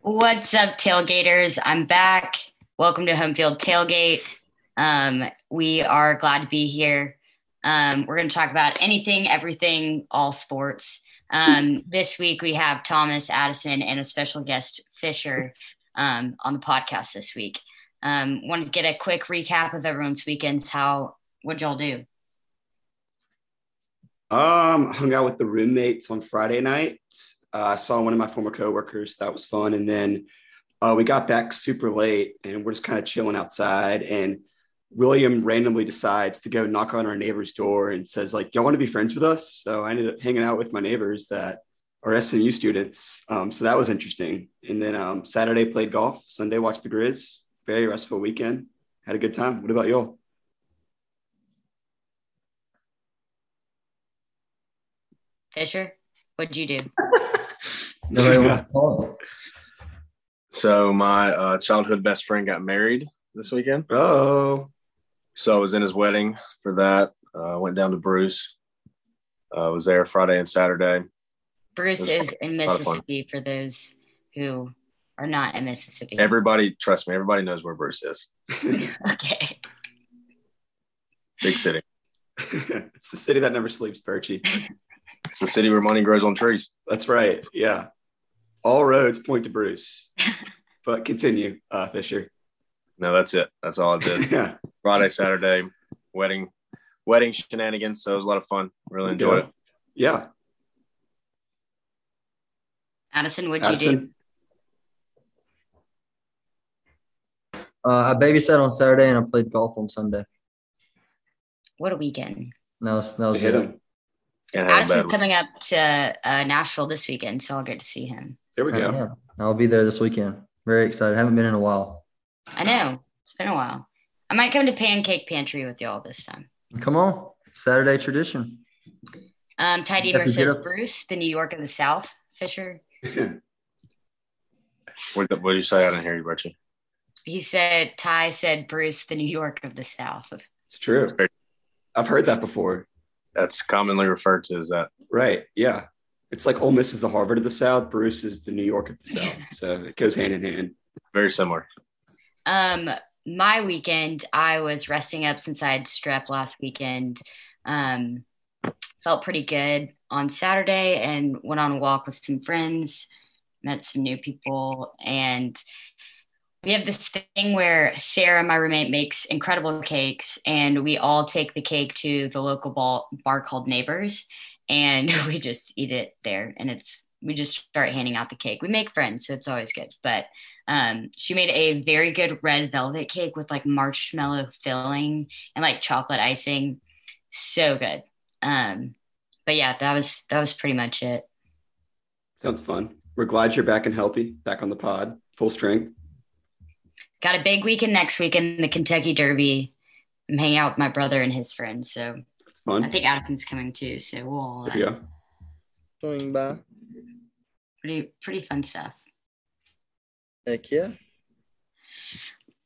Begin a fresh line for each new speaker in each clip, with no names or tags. What's up, tailgaters? I'm back. Welcome to Home Field Tailgate. Um, we are glad to be here. Um, we're going to talk about anything, everything, all sports. Um, this week we have Thomas Addison and a special guest Fisher um, on the podcast this week. Um, Want to get a quick recap of everyone's weekends? How what'd y'all do?
Um, hung out with the roommates on Friday night. Uh, I saw one of my former coworkers. That was fun. And then uh, we got back super late, and we're just kind of chilling outside. And William randomly decides to go knock on our neighbor's door and says, "Like, y'all want to be friends with us?" So I ended up hanging out with my neighbors that are SMU students. Um, so that was interesting. And then um, Saturday played golf. Sunday watched the Grizz. Very restful weekend. Had a good time. What about y'all?
Fisher, what'd you do?
Nobody wants to call it.
So my uh, childhood best friend got married this weekend.
Oh,
So I was in his wedding for that. Uh, went down to Bruce. uh, was there Friday and Saturday.
Bruce is in
lot of fun.
Mississippi for those who are not in Mississippi.
Everybody, trust me, everybody knows where Bruce is.
Okay.
Big city.
it's the city that never sleeps, Perchie.
It's the city where money grows on trees.
That's right. Yeah. All roads point to Bruce. but continue, uh, Fisher.
No, that's it. That's all I did.
yeah.
Friday, Saturday, wedding, wedding shenanigans. So it was a lot of fun. Really enjoyed it.
Yeah.
Addison, what'd you do?
Addison,
Uh, I babysat on Saturday and I played golf on Sunday.
What a weekend.
And that was, that was
hit
it.
him.
And had a bad
Addison's
one.
coming up to uh, Nashville this weekend, so I'll get to see him.
There we go.
Yeah. I'll be there this weekend. Very excited. Haven't been in a while.
I know it's been a while. I might come to Pancake Pantry with y'all this time.
Come on, Saturday tradition.
Um, Ty
Yeah,
Deaver
we
says
did a-
Bruce, the New York of the South. Fisher.
What, what did you say? I didn't hear you, Richie.
He said Ty said Bruce, the New York of the South.
it's true. I've heard that before.
That's commonly referred to as that.
Right. Yeah. It's like Ole Miss is the Harvard of the South. Bruce is the New York of the South. So it goes hand in hand.
Very similar.
Um, my weekend, I was resting up since I had strep last weekend. Um, felt pretty good on Saturday and went on a walk with some friends, met some new people, and we have this thing where Sarah, my roommate, makes incredible cakes, and we all take the cake to the local ball, bar called Neighbors, and we just eat it there. And it's we just start handing out the cake. We make friends, so it's always good. But um, she made a very good red velvet cake with like marshmallow filling and like chocolate icing, so good. Um, but yeah, that was that was pretty much it.
Sounds fun. We're glad you're back and healthy, back on the pod, full strength.
Got a big weekend next weekend, the Kentucky Derby. I'm hanging out with my brother and his friends, so.
It's fun.
I think Addison's coming too, so we'll all,
There
uh,
we go.
Swing by.
pretty pretty fun stuff.
Heck yeah.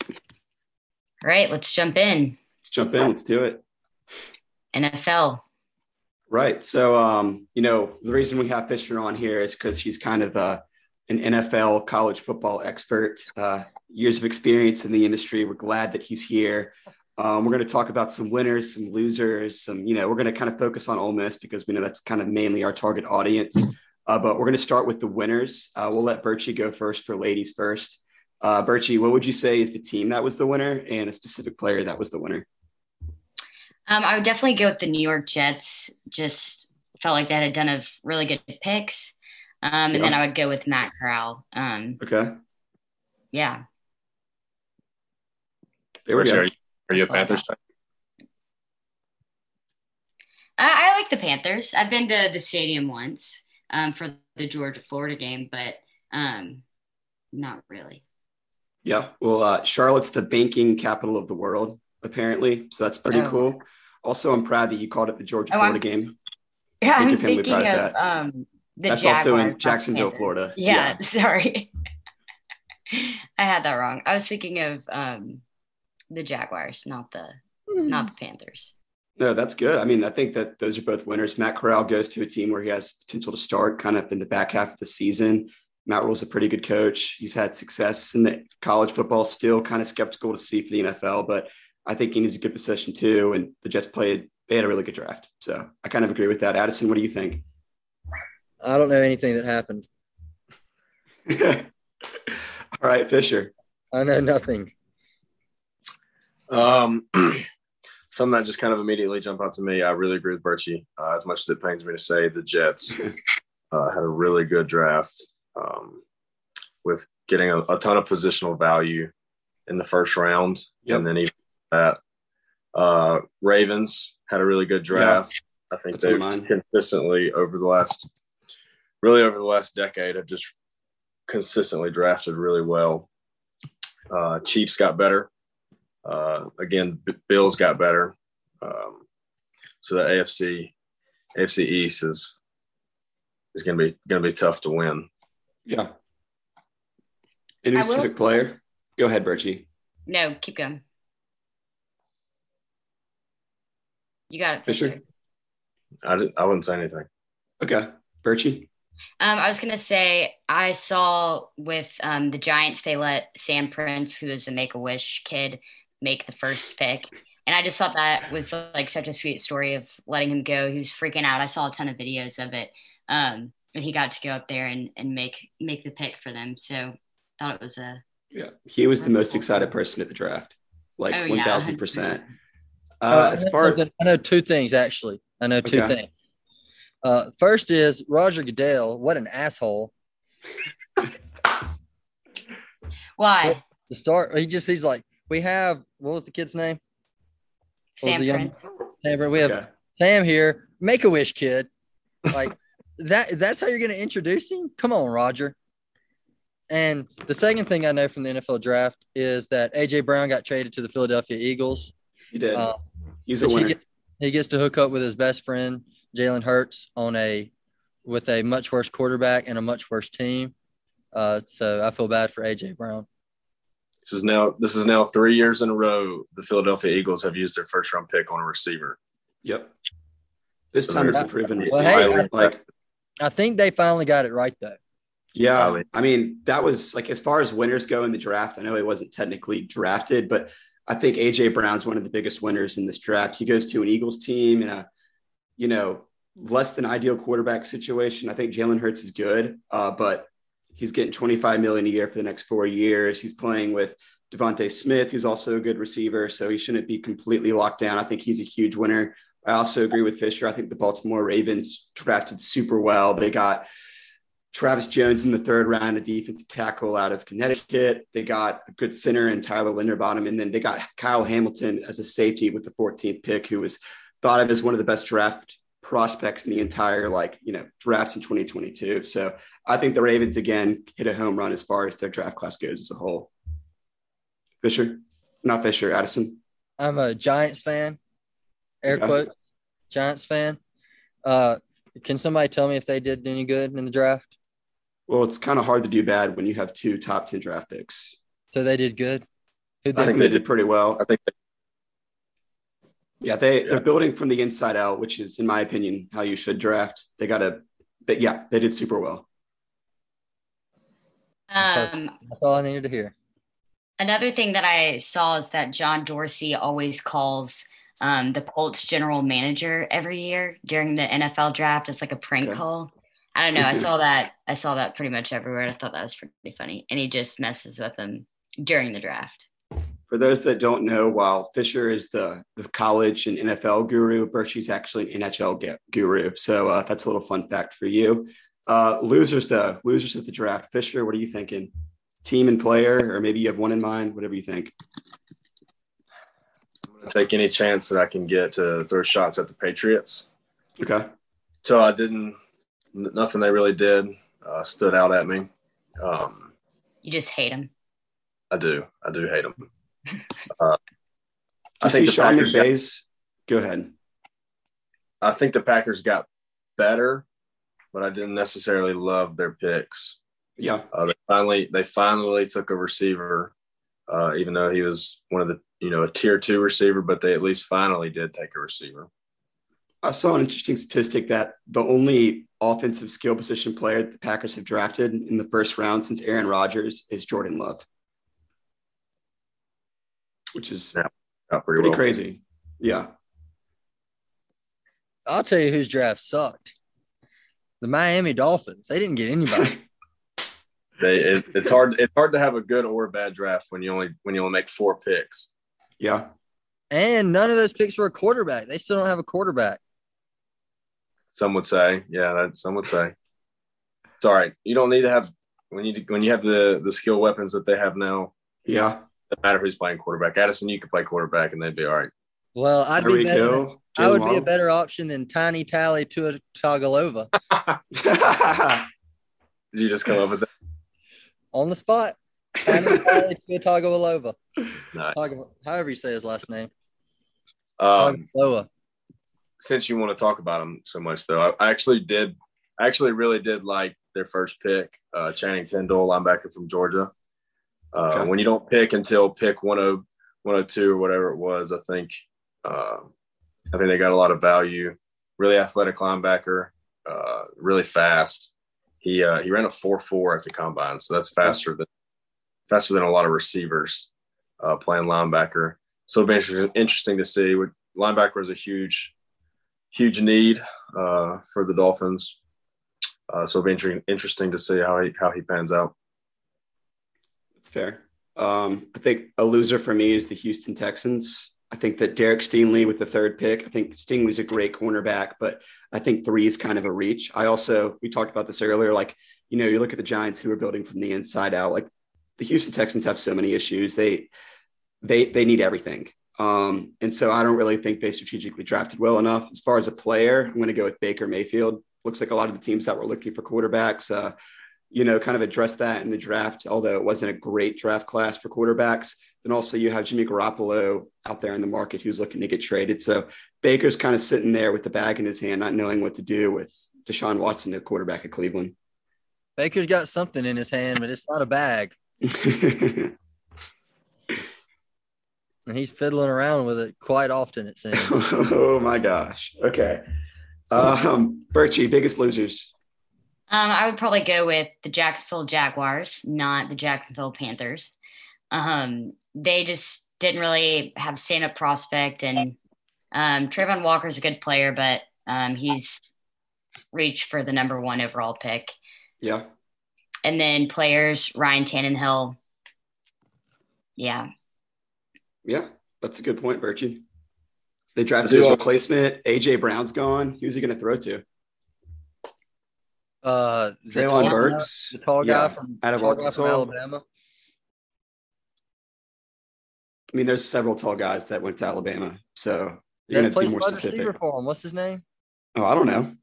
All right, let's jump in.
Let's jump in. Let's do it.
NFL.
Right. So, um, you know, the reason we have Fisher on here is because he's kind of uh, an NFL college football expert, uh, years of experience in the industry. We're glad that he's here. Um, we're going to talk about some winners, some losers, some, you know, we're going to kind of focus on Ole Miss because we know that's kind of mainly our target audience. Uh, but we're going to start with the winners. Uh, we'll let Birchie go first for ladies first. Uh, Birchie, what would you say is the team that was the winner and a specific player that was the winner?
Um, I would definitely go with the New York Jets. Just felt like they had done of really good picks, um, and then
Yeah.
I would go with Matt Corral. Um,
Okay.
yeah,
There we
Richie,
go.
Are you, are you a
That's all I
Panthers
got. I, I like the Panthers. I've been to the stadium once um, for the Georgia Florida game, but um, not really.
Yeah. Well, uh, Charlotte's the banking capital of the world, apparently. So that's pretty
Yes.
cool. Also, I'm proud that you called it the Georgia
Oh,
Florida
I'm-
game.
Yeah,
Take
I'm
your family
thinking
pride at
of
that.
um, the
That's
Jaguars,
also in
not
Jacksonville,
Panthers.
Florida.
yeah, sorry i had that wrong i was thinking of um the jaguars not the not the panthers
No, that's good. I mean, I think that those are both winners. Matt Corral goes to a team where he has potential to start kind of in the back half of the season. Matt Rule's a pretty good coach. He's had success in the college football, still kind of skeptical to see for the NFL, but I think he's a good position too. And the Jets played, they had a really good draft. So I kind of agree with that. Addison, what do you think?
I don't know anything that happened.
All right, Fisher.
I know nothing.
Um, some that just kind of immediately jump out to me. I really agree with Birchie. Uh, as much as it pains me to say, the Jets uh, had a really good draft um, with getting a, a, ton of positional value in the first round,
Yep.
and then even that uh, Ravens had a really good draft. I think
That's on
they've
mine.
consistently over the last, really over the last decade, have just consistently drafted really well. Uh, Chiefs got better. Uh, again, B- Bills got better. Um, so the AFC, AFC East is is going to be going to be tough to win.
Yeah. Any
I will
specific
say-
player? Go ahead, Birchie.
No, keep going. You got it,
Fisher?
Fisher.
I, didn't, I wouldn't say anything.
Okay. Birchie.
Um, I was gonna say I saw with um, the Giants they let Sam Prince, who is a Make a Wish kid, make the first pick, and I just thought that was like such a sweet story of letting him go. He was freaking out. I saw a ton of videos of it, um, and he got to go up there and, and make make the pick for them. So thought it was a
Yeah. He was the most excited person at the draft, like
oh yeah,
1000%.
100%.
Uh, as far
I know, two things actually. I know two
Okay.
things. Uh, first is Roger Goodell. What an asshole!
Why
The start. He just he's like we have what was the kid's name? What was
Sam
the young-
Prince?
Neighbor. We have
okay.
Sam here. Make a wish, kid. Like that. That's how you're going to introduce him. Come on, Roger. And the second thing I know from the NFL draft is that AJ Brown got traded to the Philadelphia Eagles.
He did.
Uh,
He's a
But she
winner.
get- he gets to hook up with his best friend Jalen Hurts on a with a much worse quarterback and a much worse team. Uh, so I feel bad for AJ Brown.
This is now this is now three years in a row the Philadelphia Eagles have used their first round pick on a receiver.
Yep. This time it's a proven receiver.
Well,
hey, I-
like,
I think they finally got it right though.
yeah,
Probably.
I mean, that was like as far as winners go in the draft. I know he wasn't technically drafted, but I think AJ Brown's one of the biggest winners in this draft. He goes to an Eagles team in a, you know, less than ideal quarterback situation. I think Jalen Hurts is good, uh, but he's getting 25 million a year for the next four years. He's playing with Devonte Smith, who's also a good receiver, so he shouldn't be completely locked down. I think he's a huge winner. I also agree with Fisher. I think the Baltimore Ravens drafted super well. They got Travis Jones in the third round, a defensive tackle out of Connecticut. They got a good center and Tyler Linderbottom. And then they got Kyle Hamilton as a safety with the 14th pick, who was thought of as one of the best draft prospects in the entire, like, you know, draft in 2022. So I think the Ravens, again, hit a home run as far as their draft class goes as a whole. Fisher, not Fisher, Addison.
I'm a Giants fan, air
Okay.
quote, Giants fan. Uh, can somebody tell me if they did any good in the draft?
Well, it's kind of hard to do bad when you have two top 10 draft picks.
So they did good. Who
I
did
think they did pretty well.
I think
Yeah, they
Yeah.
they're building from the inside out, which is, in my opinion, how you should draft. They got a, but yeah, they did super well.
Um,
That's all I needed to hear.
Another thing that I saw is that John Dorsey always calls um, the Colts general manager every year during the NFL draft as like a prank
Okay.
call. I don't know. I saw that. I saw that pretty much everywhere. I thought that was pretty funny. And he just messes with them during the draft.
For those that don't know, while Fisher is the the college and NFL guru, Berkey's actually an NHL gu- guru. So uh, that's a little fun fact for you. Uh, losers though, losers of the draft. Fisher, what are you thinking? Team and player, or maybe you have one in mind. Whatever you think.
I'm going to take any chance that I can get to throw shots at the Patriots.
Okay.
So I didn't. n- Nothing they really did uh, stood out at me. Um,
You just hate him.
I do. I do hate them. Uh,
I
I
see
think the
Sean
Packers. Got,
McVay's. Go ahead.
I think the Packers got better, but I didn't necessarily love their picks.
Yeah.
Uh, they finally, they finally took a receiver, uh, even though he was one of the you know a tier two receiver, but they at least finally did take a receiver.
I saw an interesting statistic that the only offensive skill position player the Packers have drafted in the first round since Aaron Rodgers is Jordan Love, which is
Yeah, Not very
pretty
well.
crazy. Yeah.
I'll tell you whose draft sucked. The Miami Dolphins. They didn't get anybody.
They, it, it's hard. It's hard to have a good or a bad draft when you only when you only make four picks.
Yeah.
and none of those picks were a quarterback. They still don't have a quarterback.
Some would say, yeah, that, some would say. It's all right. You don't need to have when you when you have the the skill weapons that they have now.
Yeah.
No matter who's playing quarterback, Addison, you could play quarterback, and they'd be all right.
Well, I'd
There
be
we
better.
go.
I would be a
Jalen
better option than Tiny Tally Tua Tagalova
Waddle.
Did you just come up with that?
on the spot. Tiny Tally Tua Tagalova.
Nice.
Tago- However you say his last name.
Um,
Tagovailoa.
since you want to talk about them so much, though, I, I actually did. I actually really did like their first pick, uh, Channing Tindall, linebacker from Georgia. Uh,
Okay.
When you don't pick until pick oh, 10 102 or whatever it was, I think uh, I think they got a lot of value. Really athletic linebacker, uh, really fast. He uh, he ran a four four at the combine, so that's faster than faster than a lot of receivers uh, playing linebacker. So it'll be inter- interesting to see. Would- Linebacker is a huge huge need uh, for the Dolphins. Uh, so it'll be inter- interesting to see how he how he pans out.
That's fair. Um, I think a loser for me is the Houston Texans. I think that Derek Steenley with the third pick, I think Steenley's a great cornerback, but I think three is kind of a reach. I also, we talked about this earlier, like, you know, you look at the Giants who are building from the inside out, like the Houston Texans have so many issues. They, they, they need everything. Um, and so I don't really think they strategically drafted well enough. As far as a player, I'm going to go with Baker Mayfield. Looks like a lot of the teams that were looking for quarterbacks, uh, you know, kind of address that in the draft, although it wasn't a great draft class for quarterbacks. Then also you have Jimmy Garoppolo out there in the market who's looking to get traded. So Baker's kind of sitting there with the bag in his hand, not knowing what to do with Deshaun Watson, the quarterback at Cleveland.
Baker's got something in his hand, but it's not a bag.
well,
And he's fiddling around with it quite often, it seems.
oh my gosh. Okay. Um, Birchie, biggest losers.
Um, I would probably go with the Jacksonville Jaguars, not the Jacksonville Panthers. Um, they just didn't really have stand up prospect, and um, Trayvon Walker's a good player, but um, he's reached for the number one overall pick.
Yeah.
And then players Ryan Tannenhill. Yeah,
Yeah. That's a good point, Birchie. They
I
drafted
do
his
want-
replacement. AJ Brown's gone. Who's he going to throw to?
Uh, the tall
Traylon
guy-
Burks.
The tall guy
Yeah.
from,
out of
tall guy from
Arkansas.
Alabama.
I mean, there's several tall guys that went to Alabama, so you're gonna have
That
to be
plays
more
wide receiver
specific.
for him. What's his name?
Oh, I don't know.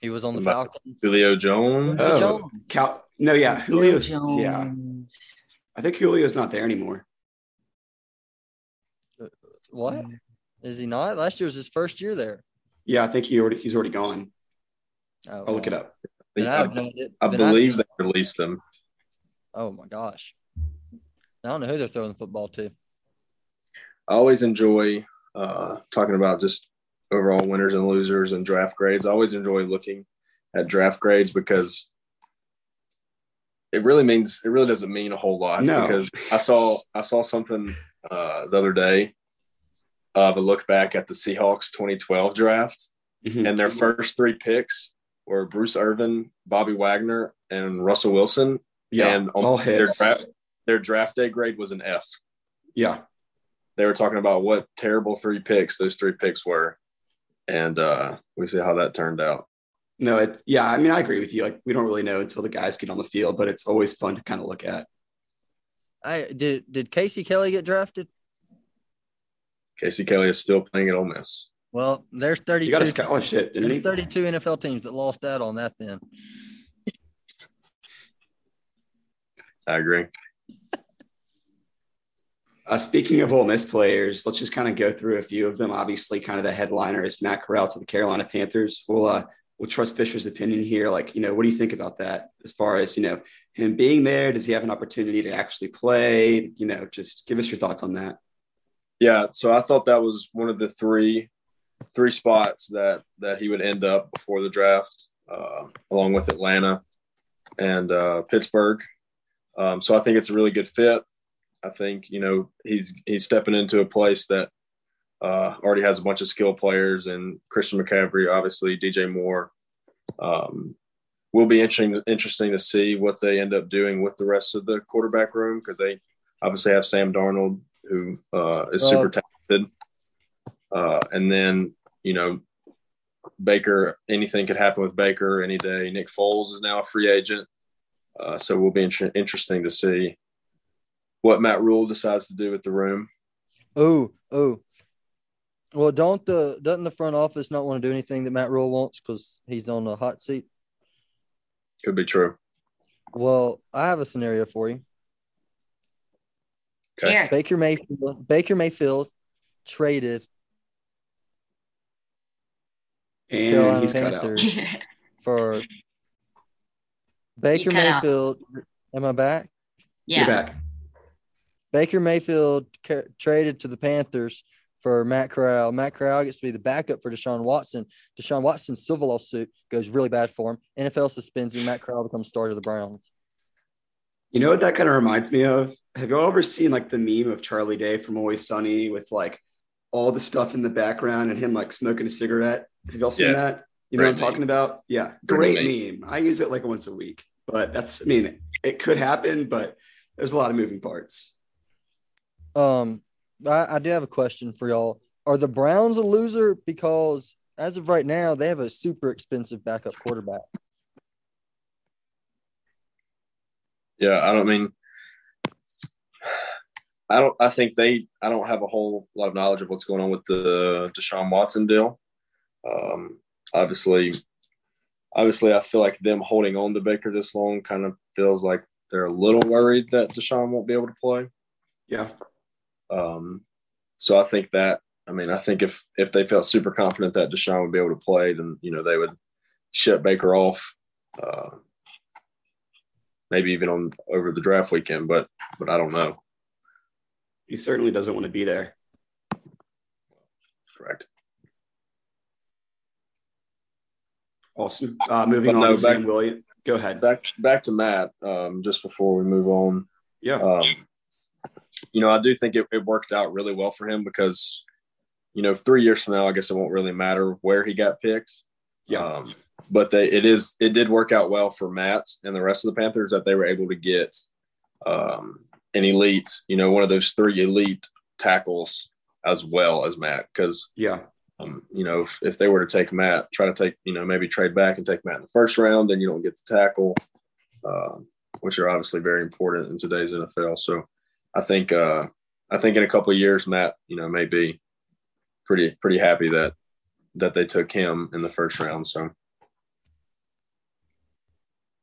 He was on the
Ma-
Falcons.
Julio Jones.
Julio
Oh.
Jones.
Cal, no, yeah, Julio's.
Julio
Yeah,
Jones.
I think Julio's not there anymore.
What? Is he not? Last year was his first year there.
Yeah, I think he already he's already gone.
Oh,
I'll look it up.
Then I,
I,
ignored it.
I
Then
believe they released him.
Oh my gosh. I don't know who they're throwing the football to.
I always enjoy uh, talking about just overall winners and losers and draft grades. I always enjoy looking at draft grades because it really means it really doesn't mean a whole lot.
No.
Because I saw I saw something uh, the other day of a look back at the Seahawks 2012 draft,
Mhm.
and their first three picks were Bruce Irvin, Bobby Wagner, and Russell Wilson.
Yeah,
and on
all
their
hits.
draft their draft day grade was an F.
Yeah,
They were talking about what terrible three picks those three picks were, and uh, we see how that turned out.
no, it's yeah. I mean, I agree with you. Like, we don't really know until the guys get on the field, but it's always fun to kind of look at.
I did did Casey Kelly get drafted?
Casey Kelly is still playing at Ole Miss.
Well, there's
You
32
got a scholarship, didn't
there's
he?
32 NFL teams that lost out on that then.
I agree.
Uh, speaking of Ole Miss players, let's just kind of go through a few of them. Obviously, kind of the headliner is Matt Corral to the Carolina Panthers. We'll uh, we'll trust Fisher's opinion here. Like, you know, what do you think about that? As far as you know, him being there, does he have an opportunity to actually play? You know, just give us your thoughts on that.
Yeah, so I thought that was one of the three three spots that that he would end up before the draft, uh, along with Atlanta and uh, Pittsburgh. Um, so I think it's a really good fit. I think you know he's he's stepping into a place that uh, already has a bunch of skill players and Christian McCaffrey, obviously DJ Moore. Um, will be interesting interesting to see what they end up doing with the rest of the quarterback room because they obviously have Sam Darnold who uh, is super
Uh,
talented, uh, and then you know Baker. Anything could happen with Baker any day. Nick Foles is now a free agent, uh, so will be inter- interesting to see what Matt Rule decides to do with the room.
Oh, oh. Well, don't the doesn't the front office not want to do anything that Matt Rule wants because he's on the hot seat?
Could be true.
Well, I have a scenario for you.
Okay.
Here.
Baker Mayfield, Baker Mayfield traded
And
Carolina
he's cut out.
Panthers for Baker
cut out.
Mayfield. Am I back?
You're
yeah.
back.
Baker Mayfield ca- traded to the Panthers for Matt Corral. Matt Corral gets to be the backup for Deshaun Watson. Deshaun Watson's civil lawsuit goes really bad for him. NFL suspends him. Matt Corral becomes starter of the Browns.
You know what that kind of reminds me of? Have y'all ever seen like the meme of Charlie Day from Always Sunny with like all the stuff in the background and him like smoking a cigarette? Have y'all seen
Yes.
that? You know
Great
what I'm talking about? Yeah.
Great
Great meme. I use it like once a week, but that's, I mean, it could happen, but there's a lot of moving parts.
Um, I, I do have a question for y'all. Are the Browns a loser because as of right now they have a super expensive backup quarterback?
Yeah, I don't mean. I don't. I think they. I don't have a whole lot of knowledge of what's going on with the Deshaun Watson deal. Um, obviously, obviously, I feel like them holding on to Baker this long kind of feels like they're a little worried that Deshaun won't be able to play.
Yeah.
Um, so I think that. I mean, I think if if they felt super confident that Deshaun would be able to play, then you know they would shut Baker off. Uh, maybe even on over the draft weekend, but but I don't know.
He certainly doesn't want to be there.
Correct.
Awesome. Uh, moving
But
on
no,
to
back-
Sam Williams. Go ahead.
Back back to Matt. Um, just before we move on,
yeah.
um, you know, I do think it, it worked out really well for him because, you know, three years from now, I guess it won't really matter where he got picked.
yeah.
Um, but they it is it did work out well for Matt and the rest of the Panthers that they were able to get um, an elite, you know, one of those three elite tackles as well as Matt because
yeah.
um, you know, if, if they were to take Matt, try to take, you know, maybe trade back and take Matt in the first round, then you don't get the tackle, um, which are obviously very important in today's NFL. So I think, uh, I think in a couple of years, Matt, you know, may be pretty, pretty happy that, that they took him in the first round. So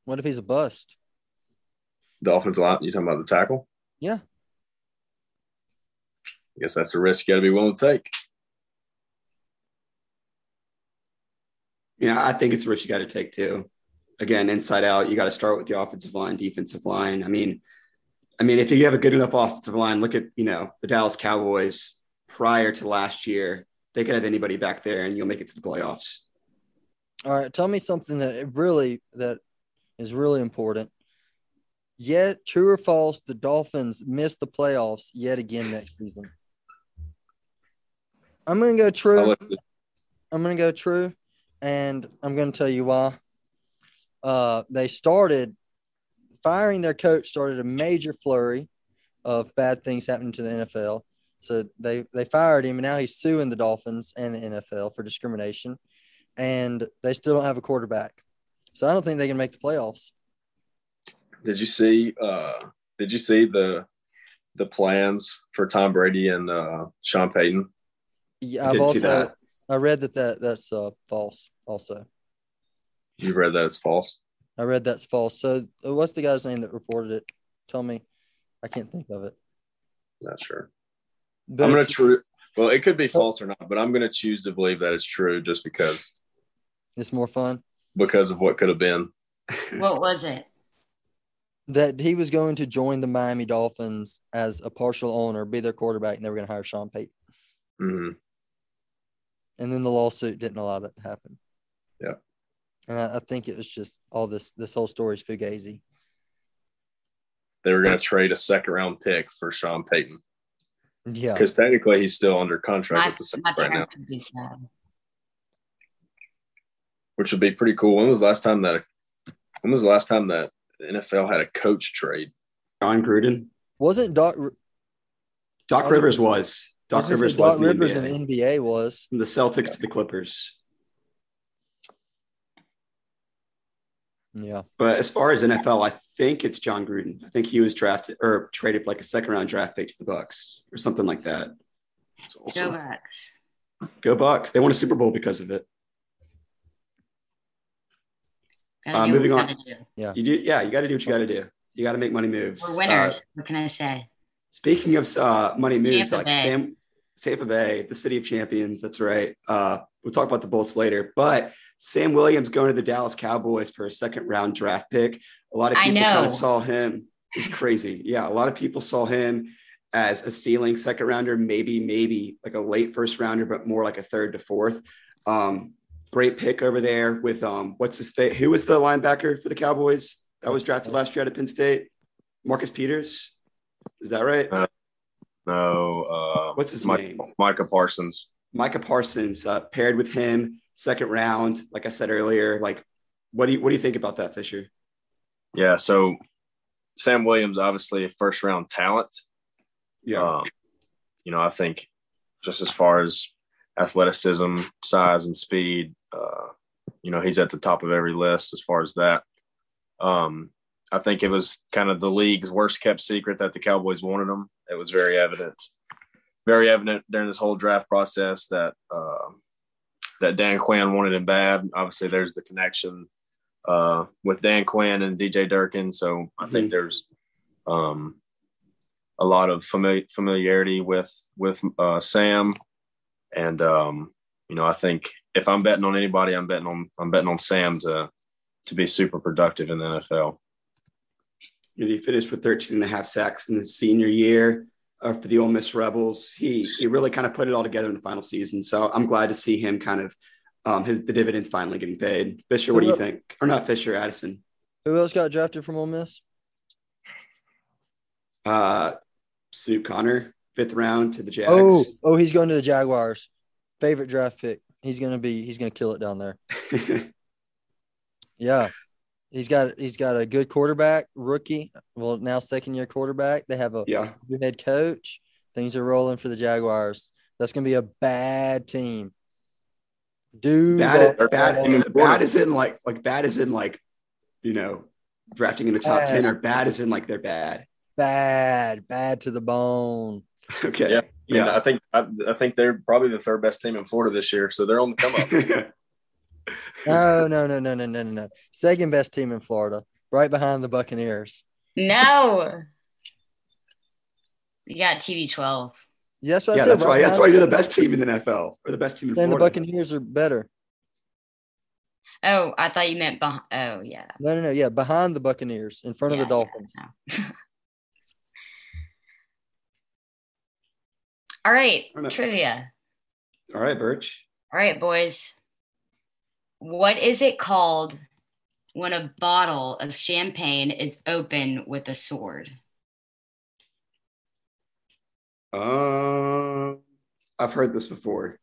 What if he's a bust?
the offensive line, you talking about the tackle?
Yeah.
I guess that's a risk you got to be willing to take.
Yeah, I think it's a risk you got to take too. Again, inside out, you got to start with the offensive line, defensive line. I mean, I mean, if you have a good enough offensive line, look at you know the Dallas Cowboys prior to last year. They could have anybody back there, and you'll make it to the playoffs.
All right, tell me something that it really that is really important. Yet, true or false, the Dolphins missed the playoffs yet again next season. I'm gonna go
I'll
true.
let the-
I'm gonna go true, and I'm gonna tell you why. Uh, they started firing their coach started a major flurry of bad things happening to the NFL. So they they fired him, and now he's suing the Dolphins and the NFL for discrimination, and they still don't have a quarterback. So I don't think they can make the playoffs.
Did you see? Uh, did you see the the plans for Tom Brady and uh, Sean Payton?
Yeah,
I
I've
did
also
see that.
I read that, that that's uh, false. Also,
You read that as false.
I read that's false. So uh, what's the guy's name that reported it? Tell me. I can't think of it.
Not sure.
But
I'm gonna
it's-
true. Well, it could be false or not, but I'm gonna choose to believe that it's true just because
It's more fun.
because of what could have been.
What was it?
that he was going to join the Miami Dolphins
Mm-hmm.
as a partial owner, be their quarterback, and they were going to hire Sean Payton.
Mhm.
and then the lawsuit didn't allow that to happen.
Yeah.
And I, I think it was just all this this whole story is fugazi.
They were going to trade a second round pick for Sean Payton
Yeah.
because technically he's still under contract
My,
with the Saints
my
right now,
parents would be sad.
which would be pretty cool. When was the last time that? When was the last time that NFL had a coach trade?
John Gruden.
Wasn't Doc
Doc
Doc-
Rivers was. Doc
wasn't
Rivers
it
was
Doc
in the
Rivers
NBA.
in the NBA was.
From the Celtics to the Clippers.
Yeah.
But as far as NFL, I think it's John Gruden. I think he was drafted or traded like a second round draft pick to the Bucks or something like that.
It's
Go
also-
Bucks.
Go Bucks! They won a Super Bowl because of it.
Gotta do
Uh,
what
moving
we
on.
gotta do.
You do, yeah. You got to do what you got to do. You got to make money moves.
We're
Uh,
winners. what can I say?
Speaking of uh, money moves,
Tampa
like
Bay.
Sam, Tampa Bay, the city of champions. That's right. Uh, we'll talk about the Bolts later, but Sam Williams going to the Dallas Cowboys for a second round draft pick. A lot of
I
people
know.
kind of saw him. It's crazy. Yeah, a lot of people saw him as a ceiling second rounder, maybe maybe like a late first rounder, but more like a third to fourth. Um, great pick over there with um, what's his fa- who was the linebacker for the Cowboys that was drafted last year out of Penn State? Marcus Peters. Is that right?
Uh, No, uh,
What's his
Mi-
name?
Micah Parsons.
Micah Parsons uh, paired with him second round. Like I said earlier, like what do you what do you think about that, Fisher?
Yeah, so Sam Williams obviously a first round talent. Um, you know, I think just as far as athleticism, size, and speed, uh, you know, he's at the top of every list as far as that. Um, I think it was kind of the league's worst kept secret that the Cowboys wanted him. It was very evident, very evident during this whole draft process that uh, that Dan Quinn wanted him bad. Obviously, there's the connection uh, with Dan Quinn and DJ Durkin. So I think there's um, a lot of famili- familiarity with with uh, Sam, and um, you know, I think if I'm betting on anybody, I'm betting on I'm betting on Sam to to be super productive in the NFL.
And he finished with 13 and a half sacks in his senior year uh, for the Ole Miss Rebels. He he really kind of put it all together in the final season. So I'm glad to see him kind of um, his the dividends finally getting paid. Fisher, what do you think? Or not Fisher, Addison.
Who else got drafted from Ole Miss?
Uh Snoop Connor, fifth round to the Jags.
Oh, oh, he's going to the Jaguars. Favorite draft pick. He's gonna be he's gonna kill it down there. Yeah. He's got he's got a good quarterback, rookie. Well, now second year quarterback. They have a
yeah.
new head coach. Things are rolling for the Jaguars. That's gonna be a bad team. Dude,
Bad, bad, bad is in like like bad is in like you know drafting in the top
Bad.
ten or bad is in like they're bad.
bad, bad to the bone.
Okay.
Yeah. I mean,
Yeah.
I think I, I think they're probably the third best team in Florida this year, so they're on the come up.
No, no, no, no, no, no, no, no. Second best team in Florida, right behind the Buccaneers.
No. You got TV12.
Yeah, that's what I
yeah,
said,
that's
right
why that's why
behind-
you're the best team in the NFL or the best team in
And the
Florida.
Buccaneers are better.
Oh, I thought you meant behind. Oh, yeah.
No, no, no. Yeah, behind the Buccaneers, in front of the
Yeah, yeah,
Dolphins.
All right,
Or not.
trivia.
All right, Birch.
All right, boys. What is it called when a bottle of champagne is open with a sword?
Um, I've heard this before.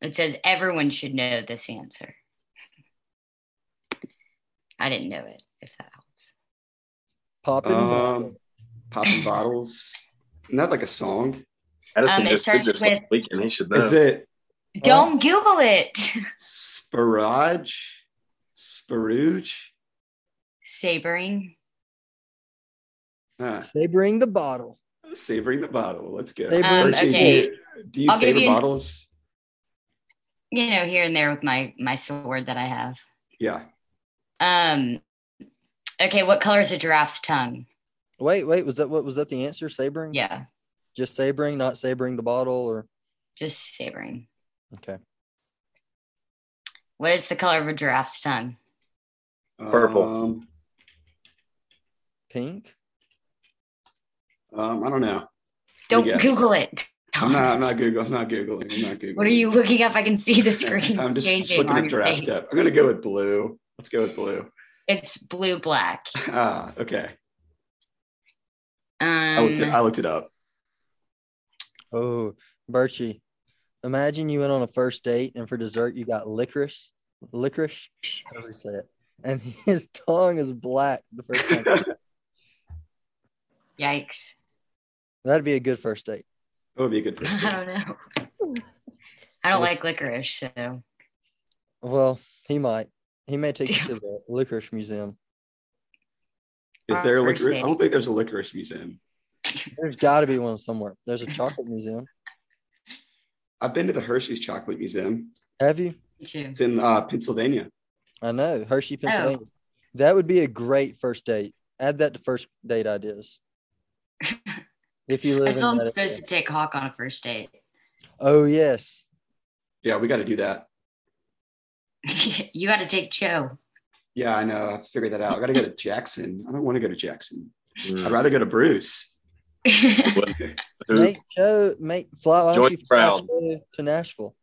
It says everyone should know this answer. I didn't know it, if that helps.
Popping.
Um, popping bottles. Isn't that like a song?
Addison
Um, it
just did
starts
this
with-
last weekend. He should know.
Is it
Don't Google it.
Sparage? Sparouge?
Sabering.
Ah,
they bring the bottle.
savoring the bottle. Let's go.
They
Um,
Virgie, do
okay.
you, do you
I'll give
savor
you-
bottles?
You know, here and there with my my sword that I have.
Yeah.
Um okay, what color is a giraffe's tongue?
Wait, wait. Was that what was that the answer? Sabering.
Yeah,
Just sabering, not sabering the bottle, or
just sabering.
okay.
What is the color of a giraffe's tongue?
Purple.
Um,
Pink.
um, I don't know.
Don't
Yes.
Google it.
I'm not. I'm not Google. I'm not googling. I'm not googling.
What are you looking up? I can see the screen.
I'm just, just
changing
looking
on
at
your
draft
face.
step. I'm gonna go with blue. Let's go with blue.
It's blue black.
Ah, okay.
Um,
I looked it, I looked it up.
Oh, Birchie, imagine you went on a first date and for dessert you got licorice, licorice, however you say it, and his tongue is black the first time.
that
yikes!
That'd be a good first date.
would be a good first.
I
date.
don't know. I don't like licorice, so
Well, he might. He may take you to the licorice museum.
Is there a
First
licorice? I
date.
don't think there's a licorice museum.
There's got to be one somewhere. There's a chocolate museum.
I've been to the Hershey's Chocolate Museum.
Have you?
me too.
It's in uh, Pennsylvania.
I know Hershey, Pennsylvania. That would be a great first date. Add that to first date ideas. if
I
you live in
still am
that
supposed
area.
to take Hawk on a first date.
Oh yes,
Yeah, we got to do that.
you got to take Joe.
Yeah, I know. I have to figure that out. I got to go to Jackson. I don't want to go to Jackson. I'd
Mm.
rather go to Bruce.
make Joe make fly. Why
Join
don't you
the
fly
crowd.
Joe to Nashville?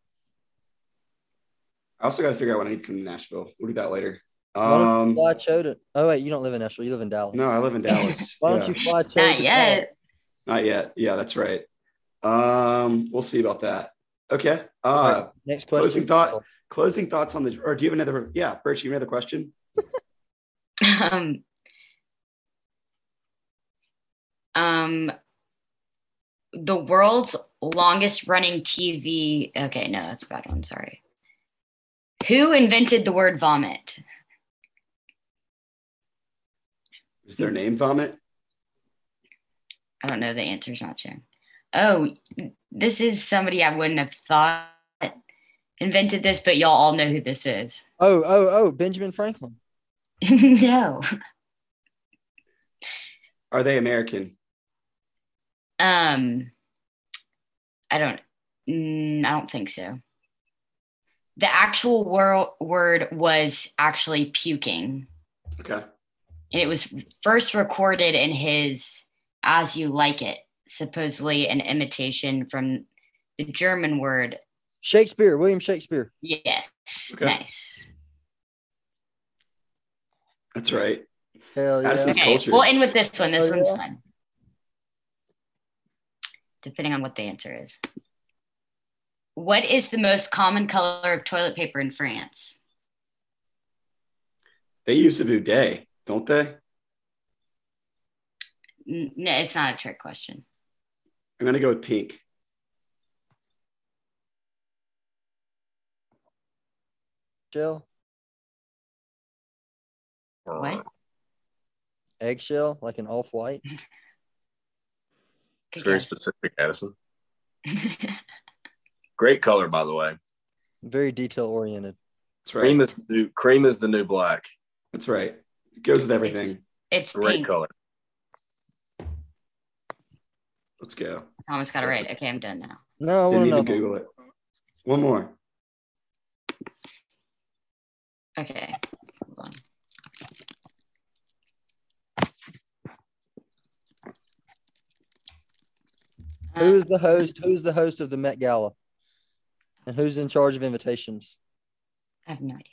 I also got to figure out when I need to come to Nashville. We'll do that later.
Why don't
Um,
you fly Cho to? Oh wait, you don't live in Nashville. You live in Dallas.
no, I live in Dallas.
Why
Yeah.
don't you fly Cho?
Not
to
yet.
Not yet. Yeah, that's right. Um, we'll see about that. Okay.
Dallas?
Uh,
All right, next question.
closing thought. Closing thoughts on the or do you have another? Yeah, Birch, you have another question?
um, um, the world's longest running TV. Okay, no, that's a bad one. Sorry. Who invented the word vomit?
Is
Hmm.
their name vomit?
I don't know. The answer's not shown. Oh, this is somebody I wouldn't have thought invented this, but y'all all know who this is.
Oh oh oh, Benjamin Franklin.
no.
Are they American?
Um, I don't. Mm, I don't think so. The actual wor- word was actually puking,
Okay.
and it was first recorded in his "As You Like It," supposedly an imitation from the German word.
Shakespeare, William Shakespeare.
Yes,
Okay.
nice.
That's right.
Hell yeah.
That's It's
Okay,
cultured.
we'll end with this one. This
Oh,
one's
yeah?
fun. Depending on what the answer is. What is the most common color of toilet paper in France?
They use a boudet, don't they? I'm
N- No, it's not a trick question.
gonna go with pink.
Shell,
Oh,
What?
eggshell, like an off white.
Good
It's very
guess.
specific, Addison. Great color, by the way.
Very detail oriented.
That's
Cream
right.
is the new, cream is the new black.
That's right. It goes with everything.
it's
Great
pink.
color.
Let's go.
Thomas got it right. Okay, I'm done now.
No,
Didn't
I want
need
to
to
know.
Google it. One more.
Okay. Hold on.
Who is the host? Who's the host of the Met Gala? And who's in charge of invitations?
I have no idea.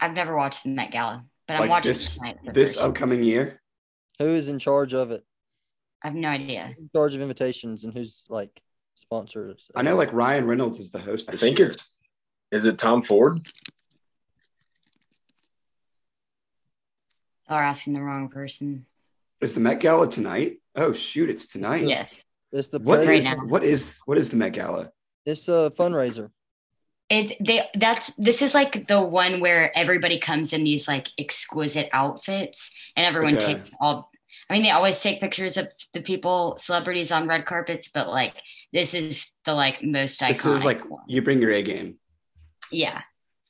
I've never watched the Met Gala, but I'm
Like
watching
this-
it tonight. for
This
first.
upcoming year.
Who is in charge of it?
I have no idea.
In charge of invitations and who's like sponsors?
I know like Ryan Reynolds is the host.
I
this
think
year.
it's is it Tom Ford?
Y'all are asking the wrong person.
is the Met Gala tonight? Oh shoot, it's tonight.
Yes.
It's the
What
Right
is
president.
now.
what is what is the Met Gala?
It's a fundraiser.
It's they that's this is like the one where everybody comes in these like exquisite outfits and everyone
Okay.
takes all I mean they always take pictures of the people celebrities on red carpets but like this is the like most iconic
This is like
one.
you bring your A game.
yeah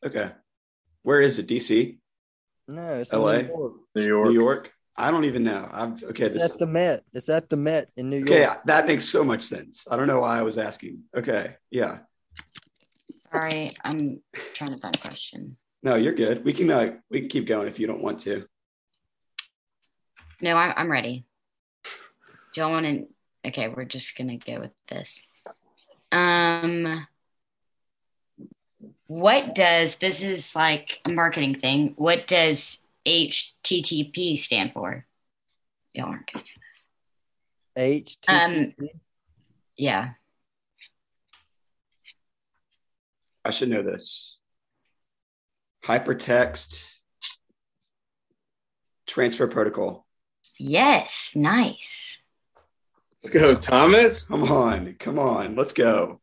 Okay. Where is it? DC?
No, it's in
LA?
New York.
New York.
New York? I don't even know. I've okay.
It's
This,
at the Met. It's at the Met in New York.
okay, that makes so much sense. I don't know why I was asking. Okay, yeah.
all right I'm trying to find a question
No, you're good. We can uh, we can keep going if you don't want to.
no I'm, I'm ready do y'all want to okay, we're just gonna go with this. Um, what does this is like a marketing thing? What does HTTP stand for? Y'all aren't gonna know.
HTTP.
Yeah,
I should know this. Hypertext transfer protocol.
yes, nice.
Let's go, Thomas.
Come on, come on, let's go.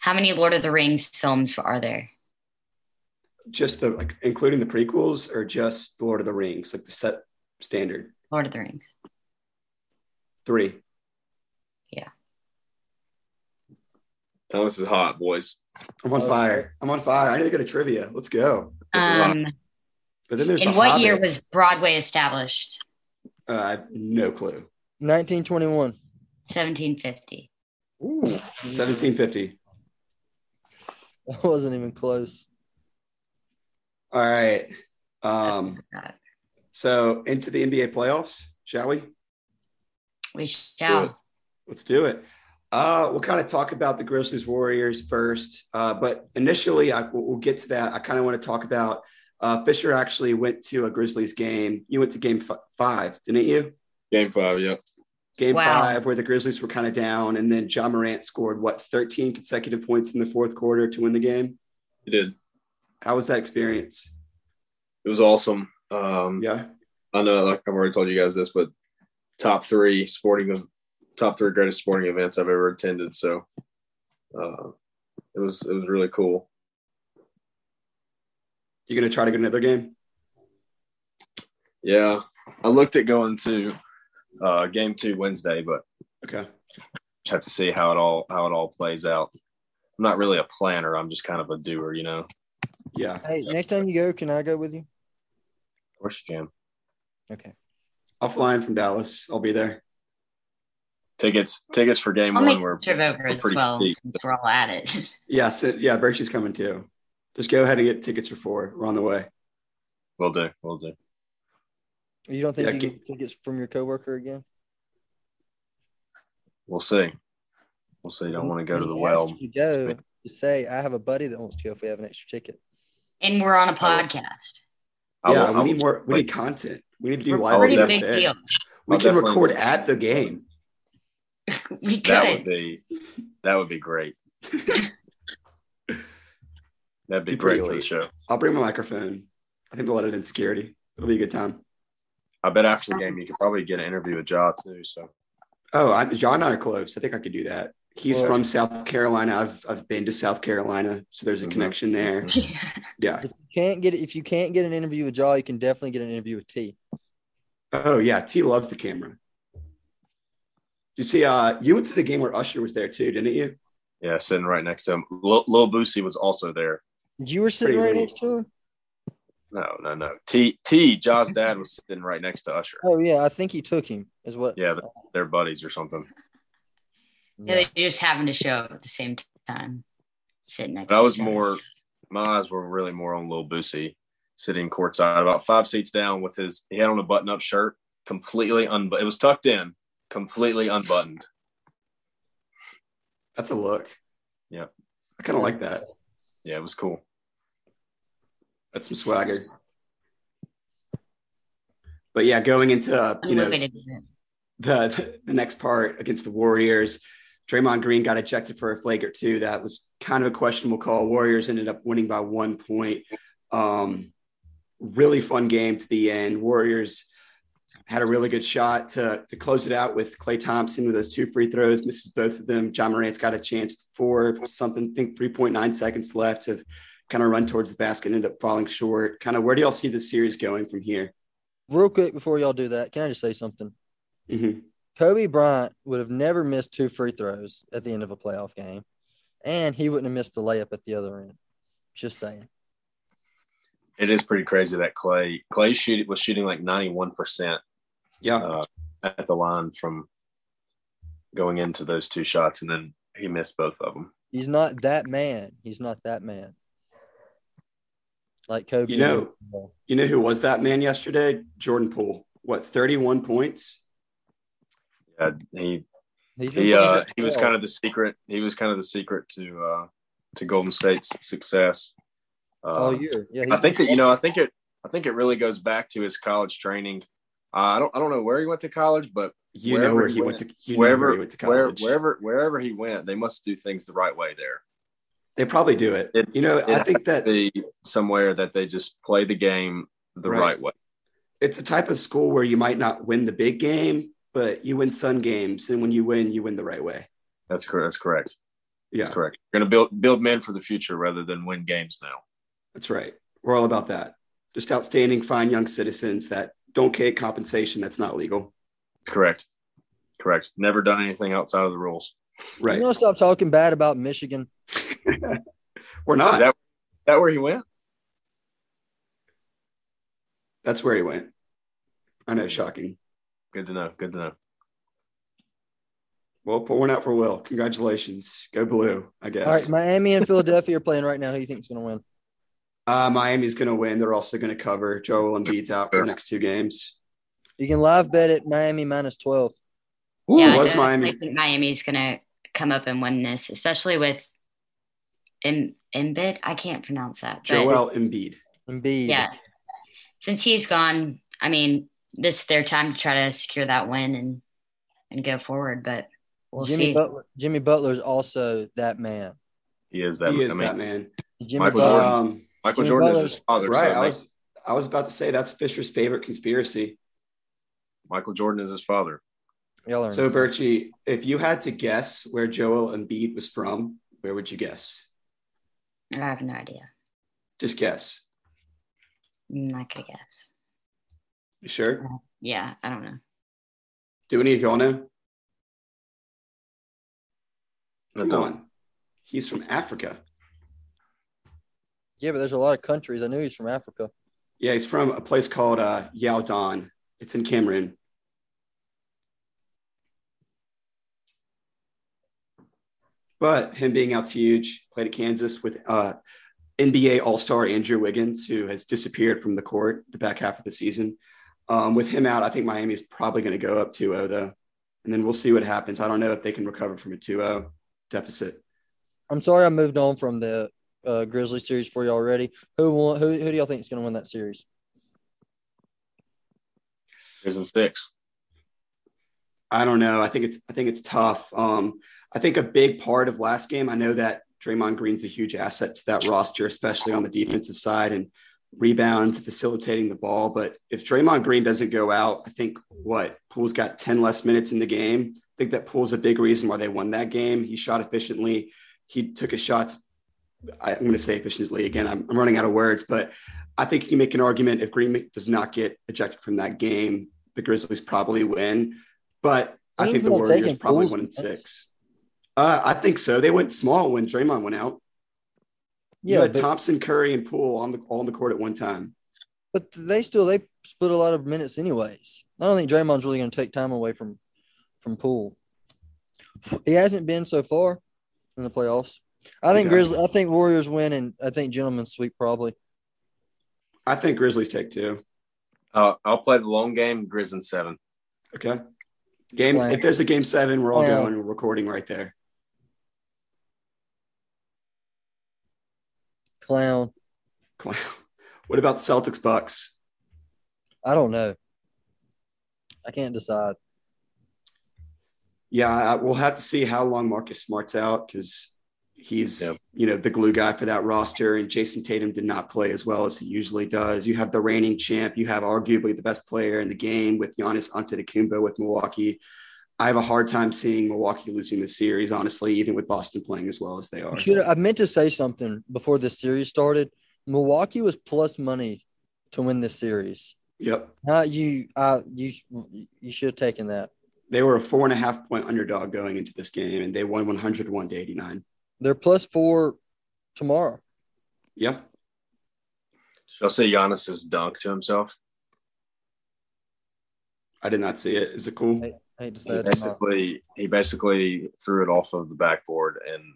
How many Lord of the Rings films are there?
Just the like, including the prequels, or just Lord of the Rings, like the set standard
Lord of the Rings.
three.
Thomas is hot, boys.
I'm on
Okay.
fire. I'm on fire. I need to go to trivia. Let's go.
This is a lot.
Um,
But then there's
in
The
what year
Hobbit.
was Broadway established?
Uh, I have no clue.
1921.
1750.
Ooh.
1750.
That wasn't even close.
All right. Um,
God,
so into the NBA playoffs, shall we?
we shall.
Let's do it. Uh, we'll kind of talk about the Grizzlies Warriors first, uh, but initially, I, we'll, we'll get to that. I kind of want to talk about uh, Fisher actually went to a Grizzlies game. You went to game f- five, didn't you?
Game five, yep.
Game
Wow.
five, where the Grizzlies were kind of down, and then John Morant scored what 13 consecutive points in the fourth quarter to win the game.
You did.
How was that experience?
It was awesome. Um,
Yeah,
I know, like I've already told you guys this, but top three sporting, top three greatest sporting events I've ever attended. So uh, it was it was really cool.
you're gonna try to get another game.
Yeah, I looked at going to uh, game two Wednesday, but
Okay,
just have to see how it all how it all plays out. I'm not really a planner. I'm just kind of a doer, you know. Of
yeah,
Hey, next time you go, can I go with you?
course you can.
Okay.
I'll fly in from Dallas. I'll be there.
Tickets tickets for game
I'll
one
make
were
a trip over
we're
as
pretty
well
steep.
since we're all at it.
Yeah, sit, yeah, Berkshire's coming too. Just go ahead and get tickets for four. We're on the way.
will do will do.
You don't think
Yeah,
you
get-
can get tickets from your coworker again?
We'll see. We'll see. Don't want to go to
When
the
he asks
well.
you to go, just say, I have a buddy that wants to go if we have an extra ticket.
And we're on a podcast.
I
yeah,
will-
we
I will-
need more. We
like-
need content. We need to do
We're
live.
pretty
events
big
there.
deal.
We
I'll
can
definitely-
record at the game.
We
That would
could.
be that would be great. That'd be
Be
great
pretty
for the
elite.
show.
I'll bring my microphone. I think they'll let it in security. It'll be a good time.
I bet after the game you could probably get an interview with Ja too. So
Oh, I, John and I are close. I think I could do that. He's
Well-
from South Carolina. I've I've been to South Carolina, so there's a
Mhm.
connection there. Yeah.
If you can't get if you can't get an interview with Jaw, you can definitely get an interview with T.
Oh yeah, T loves the camera. You see, uh, you went to the game where Usher was there too, didn't you?
yeah, sitting right next to him. Lil, Lil Boosie was also there.
You were sitting
Pretty
right
late.
next to him.
No, no, no. T T Ja's dad was sitting right next to Usher.
Oh yeah, I think he took him. Is what? uh,
Yeah, th- they're buddies or something.
Yeah, They just happened to show up at the same time, sitting next.
But I
to
was
each other.
more my eyes were really more on Lil Boosie sitting courtside, about five seats down with his he had on a button up shirt, completely unbuttoned. It was tucked in, completely unbuttoned.
That's a look.
Yeah.
I kind of like that.
Yeah, it was cool.
That's some swagger. But yeah, going into uh, you
I'm
know
motivated to do it.
the the next part against the Warriors, Draymond Green got ejected for a flagrant two. That was kind of a questionable call. Warriors ended up winning by one point. Um, really fun game to the end. Warriors had a really good shot to to close it out with Clay Thompson with those two free throws, misses both of them. John Morant's got a chance for something, I think 3.9 seconds left to kind of run towards the basket, end up falling short. Kind of where do y'all see this series going from here?
Real quick before y'all do that, can I just say something?
Mhm.
Kobe Bryant would have never missed two free throws at the end of a playoff game, and he wouldn't have missed the layup at the other end. Just saying.
It is pretty crazy that Clay Clay shoot, was shooting like ninety one percent
Yeah.
uh, at the line from going into those two shots, and then he missed both of them.
He's not that man. He's not that man. Like Kobe.
You know- You know who was that man yesterday? Jordan Poole. What, 31 points?
Yeah, he
He's been
he
playing
uh,
since
he was
12.
kind of the secret. He was kind of the secret to uh, to Golden State's success. Uh,
Oh,
all year. Yeah,
I
he's-
think that you know, I think it, I think it really goes back to his college training. Uh, I don't, I don't know where he went to college, but
You know
Wherever
where
he
he
went.
went, to. You know
wherever,
where he went to
where,
college.
wherever, wherever he went, they must do things the right way there.
they probably do it.
It-
you know, I
it-
think that
The somewhere that they just play the game the
Right.
right, way.
it's the type of school where you might not win the big game, but you win some games, and when you win, you win the right way.
That's correct. That's correct.
Yeah,
That's correct. You're going to build build men for the future rather than win games now.
that's right. We're all about that. Just outstanding, fine young citizens that don't get compensation that's not legal.
That's correct. Correct. Never done anything outside of the rules.
Right?
You don't stop talking bad about Michigan.
We're not.
Is that that where he went?
that's where he went. I know, shocking.
Good to know. Good to know.
Well, pour one out for Will. Congratulations. Go blue, I guess.
All right, Miami and Philadelphia are playing right now. Who you think's going to win?
uh, Miami's going to win. They're also going to cover. Joel Embiid's out for the next two games.
You can live bet at Miami minus twelve.
Ooh,
yeah, I
was
definitely
Miami.
think Miami's gonna come up and win this, especially with Em- Embiid. I can't pronounce that. but-
Joel Embiid.
Embiid.
yeah. Since he's gone, I mean, this is their time to try to secure that win and and go forward. But we'll
Jimmy
see.
Butler. Jimmy Butler's also that man.
He is that.
he is
I mean,
that man.
Jimmy
Michael
Butler.
Jordan.
Um,
Michael
Jimmy
Jordan
Butler.
is his father.
right.
So
I
it
was,
makes-
I was about to say that's Fisher's favorite conspiracy.
Michael Jordan is his father.
Y'all are
So,
insane.
Birchie, if you had to guess where Joel Embiid was from, where would you guess?
I have no idea.
Just guess.
Mm, I could guess.
You sure?
Yeah, I don't know.
Do any of y'all know?
I
Come
don't-
on. He's from Africa.
Yeah, but there's a lot of countries. I knew he's from Africa.
Yeah, he's from a place called uh, Yaodan. It's in Cameroon. But him being out's huge, played at Kansas with uh, NBA All Star Andrew Wiggins, who has disappeared from the court the back half of the season. Um, with him out, I think Miami is probably going to go up 2 0, though. And then we'll see what happens. I don't know if they can recover from a 2 0 deficit.
I'm sorry I moved on from the uh, Grizzly series for you already. Who won, who who do y'all think is going to win that series?
Prison six.
I don't know. I think it's I think it's tough. Um, I think a big part of last game. I know that Draymond Green's a huge asset to that roster, especially on the defensive side and rebounds, facilitating the ball. But if Draymond Green doesn't go out, I think what Pool's got ten less minutes in the game. I think that Pool's a big reason why they won that game. He shot efficiently. He took his shots. I, I'm going to say efficiently again. I'm, I'm running out of words, but I think you can make an argument if Green does not get ejected from that game, the Grizzlies probably win. But I think
Green's
the
not taking
Warriors probably
Poole's
won in
defense.
six. Uh, I think so. They went small when Draymond went out. You
Yeah,
had
but,
Thompson, Curry, and Poole on the all on the court at one time.
but they still they split a lot of minutes anyways. I don't think Draymond's really going to take time away from from Poole. He hasn't been so far in the playoffs. I think
Okay.
Grizzly. I think Warriors win, and I think gentlemen sweep probably.
I think Grizzlies take two.
Uh, I'll play the long game. Grizzin seven.
Okay. Game
Wow.
if there's a game seven, we're all
Wow.
going. We're recording right there.
Clown.
Clown. What about Celtics Bucks?
I don't know. I can't decide.
Yeah, I- we'll have to see how long Marcus Smart's out because he's
Yep.
you know the glue guy for that roster, and Jason Tatum did not play as well as he usually does. You have the reigning champ, you have arguably the best player in the game with Giannis Antetokounmpo with Milwaukee. I have a hard time seeing Milwaukee losing this series, honestly, even with Boston playing as well as they are.
Should I meant to say something before this series started? Milwaukee was plus money to win this series.
Yep,
Uh, you, uh, you, you should have taken that.
they were a four and a half point underdog going into this game, and they won one hundred one to eighty nine.
They're plus four tomorrow.
Yep,
Should I say Giannis's dunk to himself?
I did not see it. Is it cool?
I hate to say
He
it tomorrow.
basically, he basically threw it off of the backboard and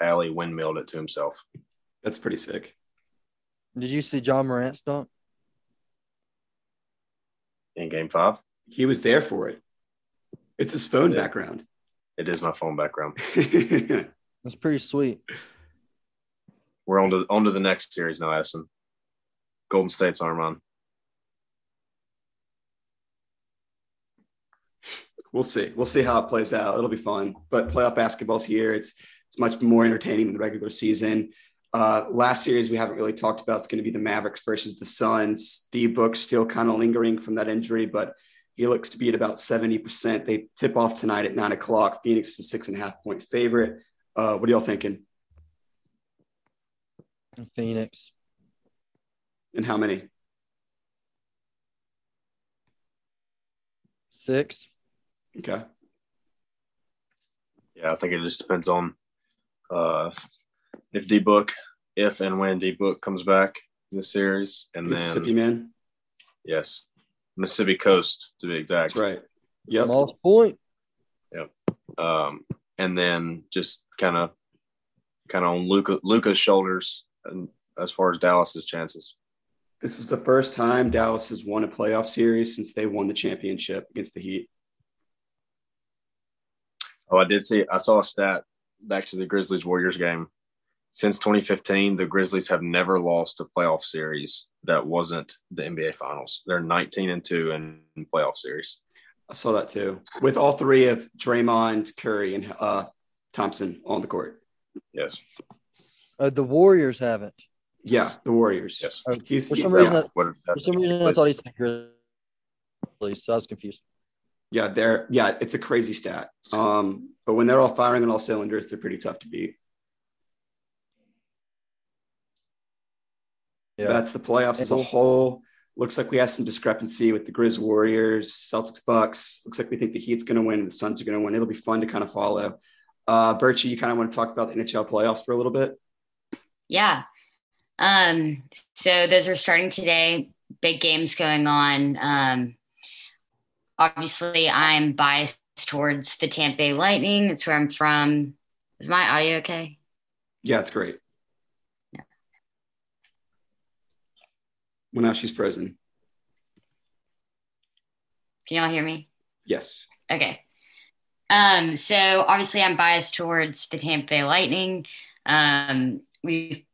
Allie windmilled it to himself.
That's pretty sick.
Did you see John Morant's dunk?
in game five.
He was there for it. It's his phone
Yeah.
background.
It is my phone background.
That's pretty sweet.
We're on to on to the next series now, Addison. Golden State's Armand.
we'll see. We'll see how it plays out. It'll be fun. But playoff basketball's here. It's it's much more entertaining than the regular season. Uh, last series we haven't really talked about. It's going to be the Mavericks versus the Suns. D Book still kind of lingering from that injury, but he looks to be at about seventy percent. They tip off tonight at nine o'clock. Phoenix is a six and a half point favorite. Uh, what are y'all thinking?
And Phoenix.
And how many?
Six.
Okay.
Yeah, I think it just depends on uh, if D Book, if and when D Book comes back in the series, and
Mississippi
then
man.
yes, Mississippi Coast to be exact.
That's right. Yep.
Moss point.
um, and then just kind of kind of on Luca Luca's shoulders and as far as Dallas's chances.
This is the first time Dallas has won a playoff series since they won the championship against the Heat.
Oh, I did see I saw a stat back to the Grizzlies Warriors game. Since 2015, the Grizzlies have never lost a playoff series that wasn't the NBA Finals. They're 19 and two in playoff series.
I saw that too. With all three of Draymond, Curry, and uh, Thompson on the court.
Yes,
Uh, the Warriors haven't.
Yeah, the Warriors.
yes.
Oh,
He's,
For some
yeah,
reason, I-
What-
for some reason, I thought he said Grizzlies, so I was confused.
yeah, they're yeah, it's a crazy stat. Um, but when they're all firing on all cylinders, they're pretty tough to beat.
Yeah.
That's the playoffs as a
Mhm.
whole. Looks like we have some discrepancy with the Grizz Warriors, Celtics Bucks. Looks like we think the Heat's going to win and the Suns are going to win. It'll be fun to kind of follow. Uh, Birchie, you kind of want to talk about the NHL playoffs for a little bit?
Yeah. Um, so those are starting today. Big games going on. Um, obviously, I'm biased towards the Tampa Bay Lightning. That's where I'm from. Is my audio okay?
Yeah, it's great.
Yeah.
Well, now she's frozen.
Can y'all hear me?
Yes.
Okay. Um, so obviously, I'm biased towards the Tampa Bay Lightning. Um, we've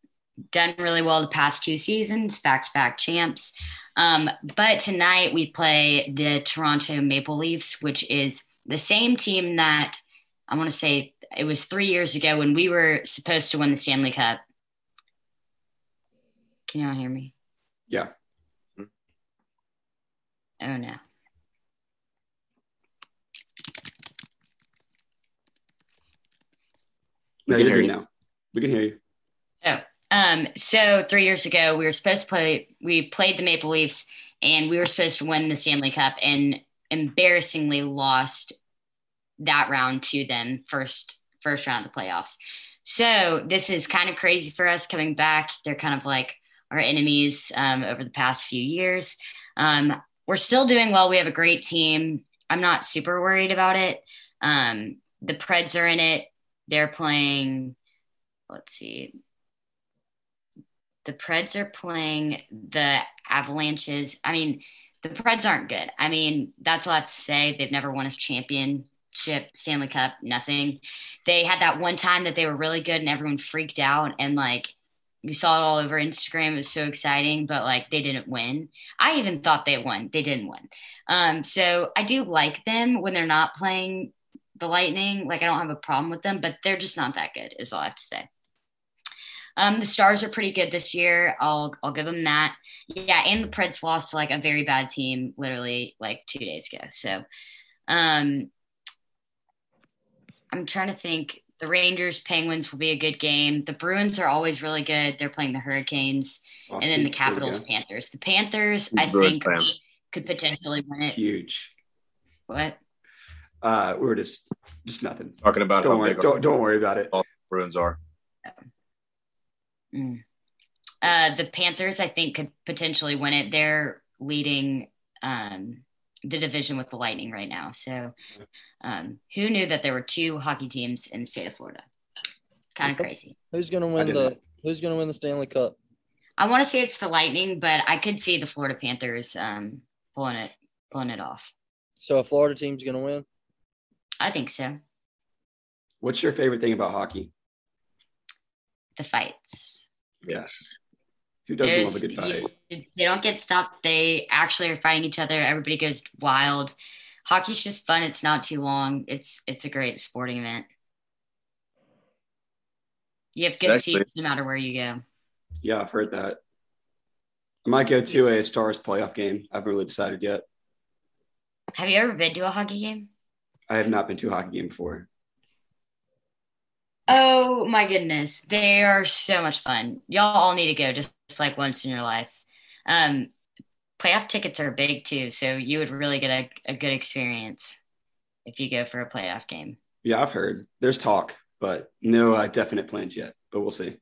done really well the past two seasons, back to back champs. Um, but tonight we play the Toronto Maple Leafs, which is the same team that I want to say it was three years ago when we were supposed to win the Stanley Cup. Can y'all hear me?
Yeah.
Oh no.
No,
We can
you're
hear
good
you.
now. We can hear you.
Um, so three years ago, we were supposed to play. We played the Maple Leafs, and we were supposed to win the Stanley Cup, and embarrassingly lost that round to them first first round of the playoffs. So this is kind of crazy for us coming back. They're kind of like our enemies um, over the past few years. Um, we're still doing well. We have a great team. I'm not super worried about it. Um, the Preds are in it. They're playing. Let's see the Preds are playing the Avalanches. I mean, the Preds aren't good. I mean, that's all I have to say. They've never won a championship, Stanley Cup, nothing. They had that one time that they were really good and everyone freaked out and like you saw it all over Instagram. It was so exciting, but like they didn't win. I even thought they won. They didn't win. Um, so I do like them when they're not playing the Lightning. Like I don't have a problem with them, but they're just not that good, is all I have to say. Um, the Stars are pretty good this year. I'll I'll give them that. Yeah, and the Preds lost to like a very bad team literally like two days ago. So, um, I'm trying to think. The Rangers Penguins will be a good game. The Bruins are always really good. They're playing the Hurricanes and
Austin,
then the
there we
Capitals Panthers. The Panthers, I
Bruins
think,
fans.
could potentially win
go.
it.
Huge.
What?
Uh, we were just just nothing.
Talking about
Don't
how
worry.
big
Don't, don't worry about it.
Oh. Bruins are.
Mm. Uh, the Panthers, I think, could potentially win it. They're leading um, the division with the Lightning right now. So, um, who knew that there were two hockey teams in the state of Florida? Kind of crazy.
Who's gonna
I
win
didn't-
the Who's gonna win the Stanley Cup?
I want to say it's the Lightning, but I could see the Florida Panthers um, pulling it pulling it off.
So a Florida team's gonna win.
I think so.
What's your favorite thing about hockey?
The fights.
Yes.
Who doesn't
There's-
love a good fight?
you- they don't get stopped. They actually are fighting each other. Everybody goes wild. Hockey's just fun. It's not too long. It's it's a great sporting event. You have good
Exactly.
seats no matter where you go.
Yeah, I've heard that. I might go to a Stars playoff game. I haven't really decided yet.
Have you ever been to a hockey game?
I have not been to a hockey game before.
Oh my goodness. They are so much fun. Y'all all need to go just, just like once in your life. Um, playoff tickets are big too, so you would really get a, a good experience if you go for a playoff game.
Yeah, I've heard. There's talk, but no uh, definite plans yet. But we'll see.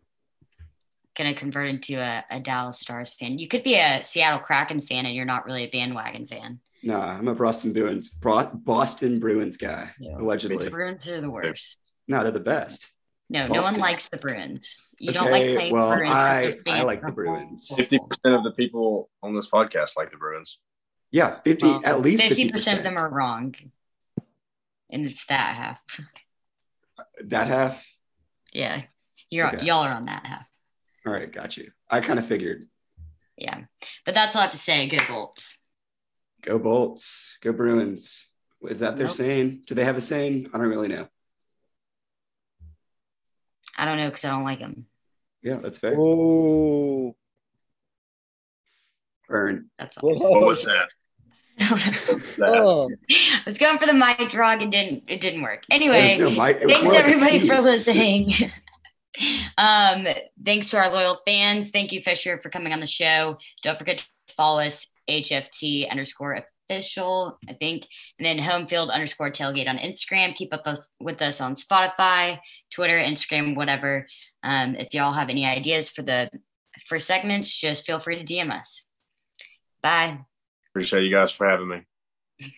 going to convert into a, a Dallas Stars fan. You could be a Seattle Kraken fan and you're not really a bandwagon fan.
Nah, I'm a Boston Bruins, Bro- Boston Bruins guy,
Yeah.
allegedly.
The Bruins are the worst.
No, they're the best.
No, no one
Boston.
likes the Bruins. You don't like
Okay,
playing
well,
Bruins. 'cause
I-
you're
I
fans
like the
are
Bruins.
awful.
Fifty percent of the people on this podcast like the Bruins.
Yeah, fifty
Well,
at least fifty
50%
percent.
of them are wrong. And it's that half.
that half.
Yeah. You're
Okay.
y'all are on that half.
All right, got you. I kind of figured.
Yeah. But that's all I have to say. Good bolts.
Go Bolts. Go Bruins. Is that their
Nope.
saying? Do they have a saying? I don't really know.
I don't know because I don't like them.
Yeah, that's fair.
Oh,
Burn.
That's all.
whoa.
What was that? What was that?
Oh,
I was going for the mic drug and didn't it didn't work. Anyway,
There's no mic. It was
thanks
more like a
everybody for
piece.
listening um thanks to our loyal fans thank you fisher for coming on the show don't forget to follow us hft underscore official i think and then home field underscore tailgate on instagram keep up us, with us on spotify twitter instagram whatever um, if y'all have any ideas for the for segments just feel free to dm us bye
Appreciate you guys for having me.